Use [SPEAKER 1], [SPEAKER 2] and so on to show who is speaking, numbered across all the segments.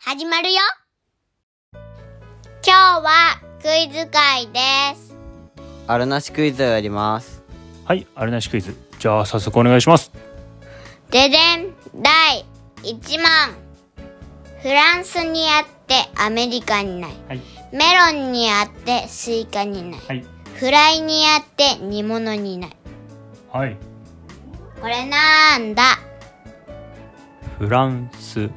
[SPEAKER 1] 始まるよ今日はクイズ会です
[SPEAKER 2] あるなしクイズをやります
[SPEAKER 3] はい、あるなしクイズ。じゃあ早速お願いします。
[SPEAKER 1] ででん第1問フランスにあってアメリカにない
[SPEAKER 3] はい。
[SPEAKER 1] メロンにあってスイカにない、
[SPEAKER 3] はい。
[SPEAKER 1] フライにあって煮物にない
[SPEAKER 3] はい。
[SPEAKER 1] これなんだ
[SPEAKER 3] フランス。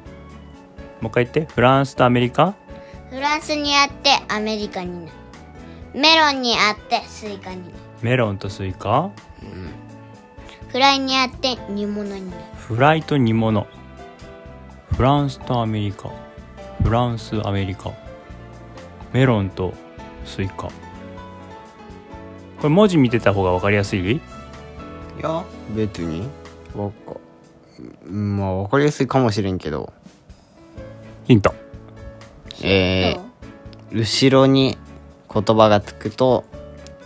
[SPEAKER 3] もう一回言って。フランスとアメリカ
[SPEAKER 1] フランスにあってアメリカにないメロンにあってスイカにない
[SPEAKER 3] メロンとスイカ
[SPEAKER 1] フライにあって煮物にない
[SPEAKER 3] フライと煮物。フランスとアメリカ。フランス、アメリカ。メロンとスイカ。これ文字見てた方がわかりやすい
[SPEAKER 2] いや別にわかうんまあわかりやすいかもしれんけど
[SPEAKER 3] ヒント。
[SPEAKER 2] え
[SPEAKER 1] どう
[SPEAKER 2] ー、後ろに言葉がつくと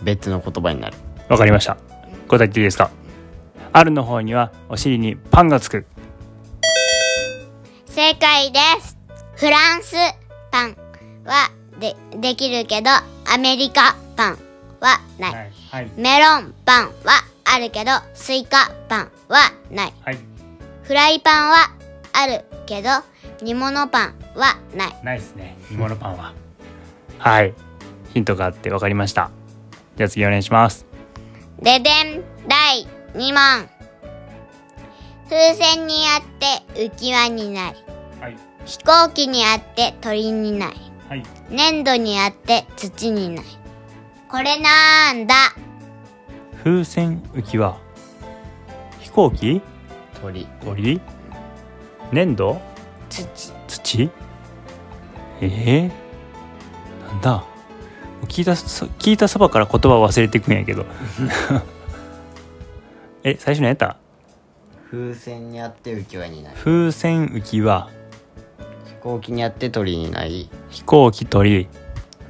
[SPEAKER 2] 別の言葉になる
[SPEAKER 3] わかりました。答え言っていいですかあるの方にはお尻にパンがつく。
[SPEAKER 1] 正解ですフランスパンはでできるけどアメリカパンはない、
[SPEAKER 3] い。はい。
[SPEAKER 1] メロンパンはあるけどスイカパンはない
[SPEAKER 3] はい。
[SPEAKER 1] フライパンはあるけど煮物パンはない
[SPEAKER 3] ないです ね煮物パンははいヒントがあって分かりましたじゃあ次お願いします
[SPEAKER 1] ででん第2問風船にあって浮き輪にない
[SPEAKER 3] はい
[SPEAKER 1] 飛行機にあって鳥にない
[SPEAKER 3] はい
[SPEAKER 1] 粘土にあって土にないこれなんだ
[SPEAKER 3] 風船浮き輪飛行機
[SPEAKER 2] 鳥
[SPEAKER 3] 鳥粘土
[SPEAKER 1] 土
[SPEAKER 3] 土えー、なんだ聞いたそ聞いたそばから言葉忘れてくんやけ どえ最初のやった
[SPEAKER 2] 風船にあって浮き輪になる
[SPEAKER 3] 風船浮き輪
[SPEAKER 2] 飛行機にあって鳥になり
[SPEAKER 3] 飛行機鳥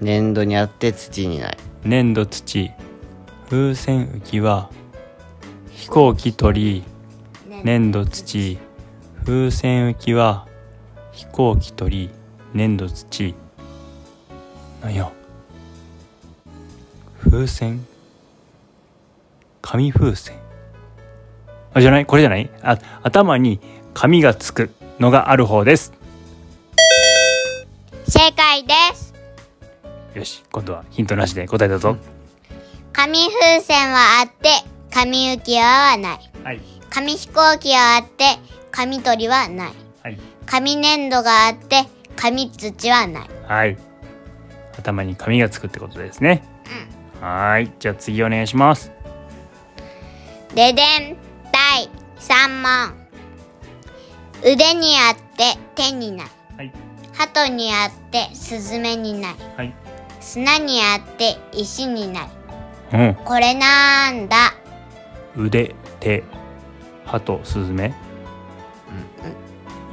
[SPEAKER 2] 粘土にあって土になる
[SPEAKER 3] 粘土土風船浮き輪飛行機鳥粘土土風船浮き輪飛行機鳥粘土土なんや風船紙風船あじゃないこれじゃないあ頭に紙がつくのがある方です
[SPEAKER 1] 正解です
[SPEAKER 3] よし今度はヒントなしで答えだぞ、
[SPEAKER 1] 紙風船はあって紙浮き輪はない
[SPEAKER 3] はい
[SPEAKER 1] 紙飛行機はあって紙鳥はない
[SPEAKER 3] はい
[SPEAKER 1] 紙粘土があって紙土はない
[SPEAKER 3] はい。頭に紙がつくってことですね。はーい。じゃあ次お願いします。
[SPEAKER 1] ででん第3問腕にあって手にない
[SPEAKER 3] はい。
[SPEAKER 1] 鳩にあってスズメにない
[SPEAKER 3] はい。
[SPEAKER 1] 砂にあって石にない
[SPEAKER 3] うん。
[SPEAKER 1] これなんだ
[SPEAKER 3] 腕、手、鳩、スズメ。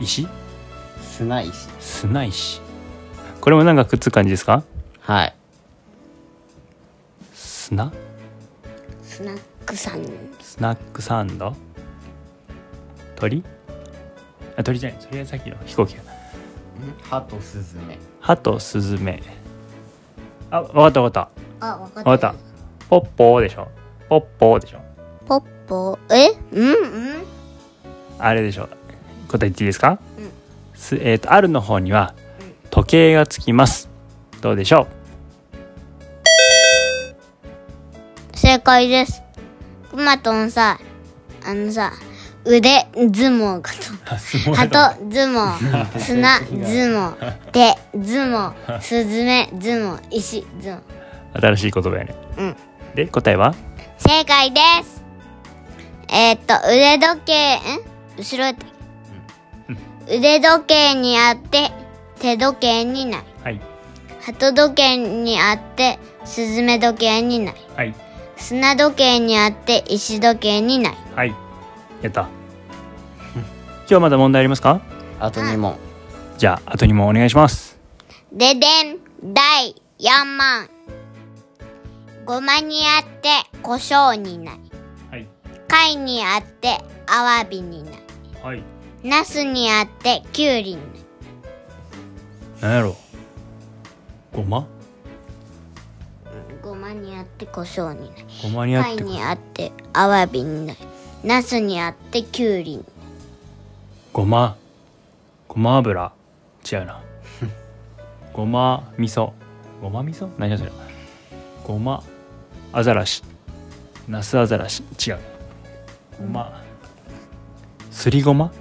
[SPEAKER 3] 石
[SPEAKER 2] 砂石
[SPEAKER 3] 砂石。これもなんかくっつく感じですか
[SPEAKER 2] はい
[SPEAKER 3] 砂
[SPEAKER 1] スナックさん
[SPEAKER 3] スナックサンド鳥あ、鳥じゃない。鳥はさっきの飛行機が。
[SPEAKER 2] 歯とスズメ
[SPEAKER 3] 鳩、スズメ。あ、わかったわかっ。
[SPEAKER 1] あ、わかった
[SPEAKER 3] わかった。ポッポーでしょ。ポッポーでしょ。
[SPEAKER 1] ポッポえうんうん
[SPEAKER 3] あれでしょ答え言っていいですか、すえっ、とあるの方には時計がつきますどうでしょ
[SPEAKER 1] 正解ですくまとんさあのさ腕相撲かと
[SPEAKER 3] う
[SPEAKER 1] 鳩相撲砂相撲手相撲スズメ相撲石相撲
[SPEAKER 3] 新しい言葉やね、
[SPEAKER 1] うん
[SPEAKER 3] で答えは
[SPEAKER 1] 正解ですえー、っと腕時計ん後ろやったっけ腕時計にあって手時計にない
[SPEAKER 3] はい
[SPEAKER 1] 鳩時計にあってスズメ時計にない
[SPEAKER 3] はい
[SPEAKER 1] 砂時計にあって石時計にない
[SPEAKER 3] はいやった今日はまだ問題ありますか
[SPEAKER 2] あと2問
[SPEAKER 3] じゃあ後にもお願いします
[SPEAKER 1] ででん第4問ごまにあって胡椒にない
[SPEAKER 3] はい
[SPEAKER 1] 貝にあってアワビにない
[SPEAKER 3] はい
[SPEAKER 1] ナスにあってキュウリにない
[SPEAKER 3] なんやろごま
[SPEAKER 1] ごまにあって胡椒になり
[SPEAKER 3] ごまにあっ
[SPEAKER 1] 貝
[SPEAKER 3] て
[SPEAKER 1] にあってアワビになりナスにあってきゅうりに
[SPEAKER 3] ごまごま油違う なごま味噌ごま味噌何だそれごまアザラシナスアザラシ違うごますりごま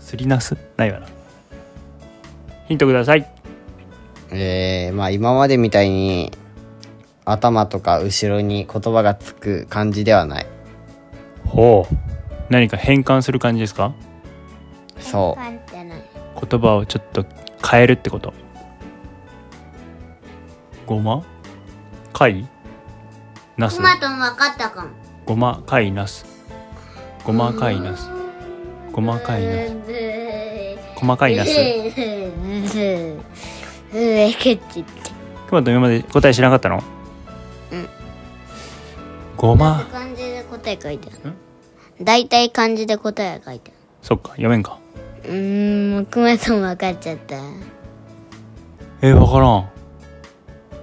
[SPEAKER 3] すりナスないわなヒントください
[SPEAKER 2] えー、まあ今までみたいに頭とか後ろに言葉がつく感じではない
[SPEAKER 3] ほう何か変換する感じですか
[SPEAKER 2] そ、
[SPEAKER 1] パンってない
[SPEAKER 3] 言葉をちょっと変えるってことごま貝ナス
[SPEAKER 1] トマトも分かったかも
[SPEAKER 3] ごま貝ナスごま貝ナスごま貝ナス
[SPEAKER 1] ブー
[SPEAKER 3] 細かいナ
[SPEAKER 1] ブ
[SPEAKER 3] ス
[SPEAKER 1] ーブーブーケチって
[SPEAKER 3] くまと今まで答え知らなかったの
[SPEAKER 1] うん
[SPEAKER 3] ごま
[SPEAKER 1] 漢字で答え書いてある
[SPEAKER 3] ん
[SPEAKER 1] 大体漢字で答え書いて
[SPEAKER 3] そっか読めんか
[SPEAKER 1] あるうーんクマさん分かっちゃった
[SPEAKER 3] えー、分からん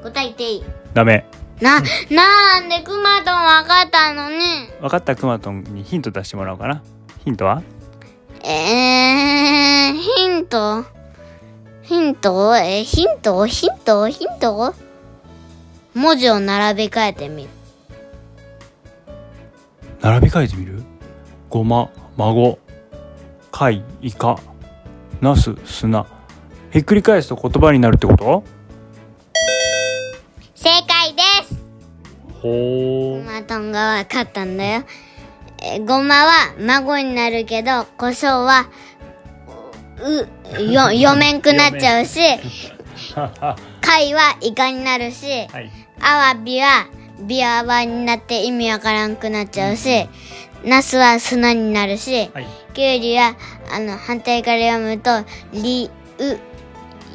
[SPEAKER 1] 答え言っていい
[SPEAKER 3] ダメ
[SPEAKER 1] な、なんでクマと分かったのに
[SPEAKER 3] 分かったくまとんにヒント出してもらおうかなヒントは
[SPEAKER 1] えー、ヒントヒントえー、ヒントヒントヒント文字を並び替えてみる。
[SPEAKER 3] 並び替えてみるごま孫貝イカナス砂ひっくり返すと言葉になるってこと
[SPEAKER 1] 正解です
[SPEAKER 3] ほ
[SPEAKER 1] クマトンが分かったんだよ。えー、ごまは孫になるけど、胡椒は、う、よ、読めんくなっちゃうし、貝はイカになるし、
[SPEAKER 3] はい
[SPEAKER 1] アワビはビアワになって意味わからんくなっちゃうし、ナスは砂になるし、
[SPEAKER 3] はい
[SPEAKER 1] キュウリはあの反対から読むとリウ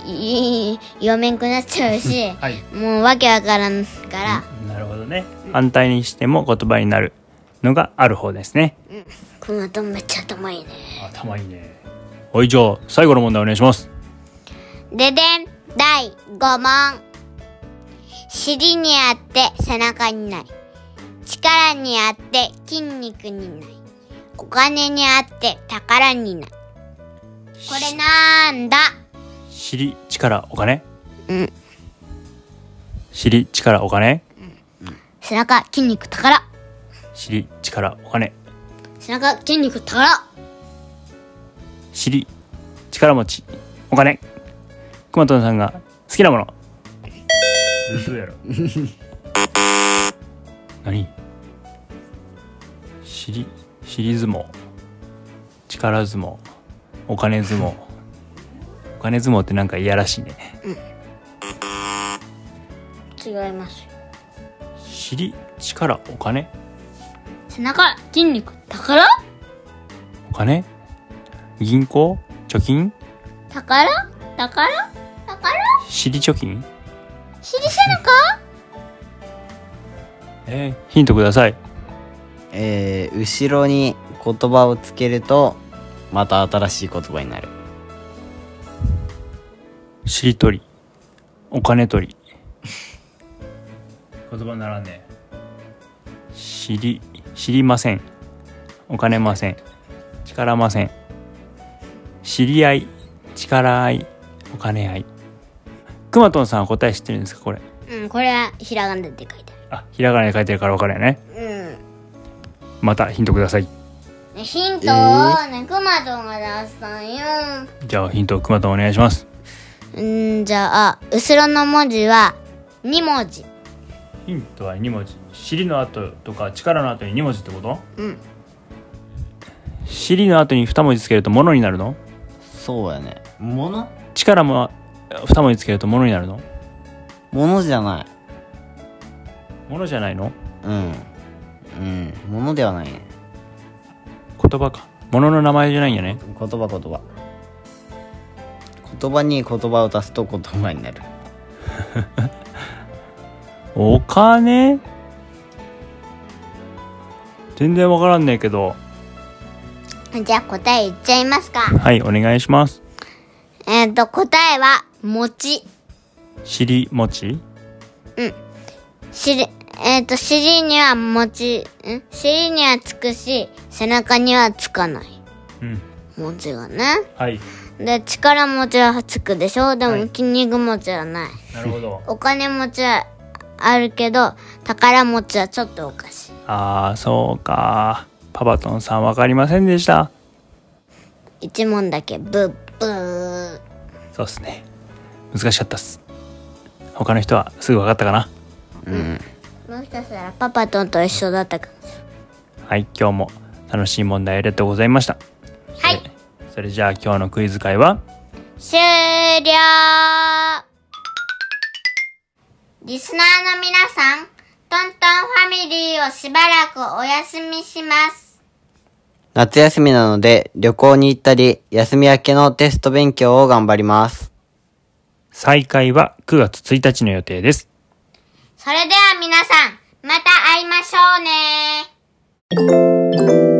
[SPEAKER 1] い読めんくなっちゃうし、
[SPEAKER 3] はい
[SPEAKER 1] もうわけわからんから、
[SPEAKER 3] なるほどね反対にしても言葉になるのがある方ですね
[SPEAKER 1] このとめっちゃ頭いいね。
[SPEAKER 3] 頭いいねはいじゃあ最後の問題お願いします
[SPEAKER 1] ででん第5問尻にあって背中にない力にあって筋肉にないお金にあって宝にないこれなんだ
[SPEAKER 3] 知り力お金
[SPEAKER 1] うん
[SPEAKER 3] 知り力お金
[SPEAKER 1] 背中筋肉宝
[SPEAKER 3] 知り力お金
[SPEAKER 1] 背中筋肉宝
[SPEAKER 3] 知り力持ちお金くまとんさんが好きなもの嘘やろ 何知り知り相撲力相撲お金相撲お金相撲ってなんかいやらしいね
[SPEAKER 1] 違います
[SPEAKER 3] 知り力お金
[SPEAKER 1] 背中筋肉宝
[SPEAKER 3] お金銀行貯金
[SPEAKER 1] 宝宝宝
[SPEAKER 3] 知り貯金
[SPEAKER 1] 尻背中
[SPEAKER 3] えーヒントくださいう
[SPEAKER 2] えー、後ろに言葉をつけるとまた新しい言葉になる
[SPEAKER 3] しりとりお金取り 言葉ならんね知り知りませんお金ません力ません知り合い力合いお金合いくまとんさんは答え知ってるんですかこれ
[SPEAKER 1] うんこれはひらがなで書いて
[SPEAKER 3] あひらがなで書いてるから分かるよね
[SPEAKER 1] あるうん
[SPEAKER 3] またヒントください
[SPEAKER 1] ねヒントをね、くまとんが出したんよ。
[SPEAKER 3] じゃあヒントくまとんお願いします
[SPEAKER 1] うん、じゃあ、後ろの文字は2文字。
[SPEAKER 3] ヒントは2文字尻の後とか力の後に2文字ってこと
[SPEAKER 1] うん
[SPEAKER 3] 尻の後に2文字つけるとものになるの
[SPEAKER 2] そうやねもの
[SPEAKER 3] 力も2文字つけるとものになるの
[SPEAKER 2] ものじゃない
[SPEAKER 3] ものじゃないの
[SPEAKER 2] うんうんものではないね
[SPEAKER 3] 言葉かものの名前じゃないんやね
[SPEAKER 2] 言葉言葉言葉に言葉を足すと言葉になる
[SPEAKER 3] お金全然わからんねえけど
[SPEAKER 1] じゃあ答え言っちゃいますか。
[SPEAKER 3] はいお願いします
[SPEAKER 1] えっ、と、答えは餅。
[SPEAKER 3] 尻餅
[SPEAKER 1] しり、えっ、と、尻には餅、ん尻にはつくし、背中にはつかない。
[SPEAKER 3] うん。
[SPEAKER 1] 餅がね。
[SPEAKER 3] はい。
[SPEAKER 1] で、力持ちはつくでしょでも
[SPEAKER 3] はい
[SPEAKER 1] 筋肉持ちはない。
[SPEAKER 3] なるほど。
[SPEAKER 1] お金持ちはあるけど、宝持ちはちょっとおかし
[SPEAKER 3] ああ、そうか。パパトンさんわかりませんでした。
[SPEAKER 1] い。一問だけ、ブッブー。
[SPEAKER 3] そうっすね。難しかったっす。他の人はすぐわかったかな
[SPEAKER 1] もしかしたらパパとんと一緒だったかもし
[SPEAKER 3] はい、今日も楽しい問題ありがとうございました。
[SPEAKER 1] れない。はい。
[SPEAKER 3] それじゃあ今日のクイズ会は
[SPEAKER 1] 終了リスナーの皆さん、トントンファミリーをしばらくお休みします。
[SPEAKER 2] 夏休みなので旅行に行ったり、休み明けのテスト勉強を頑張ります。
[SPEAKER 3] 再開は9月1日の予定です。
[SPEAKER 1] それでは皆さん、また会いましょうね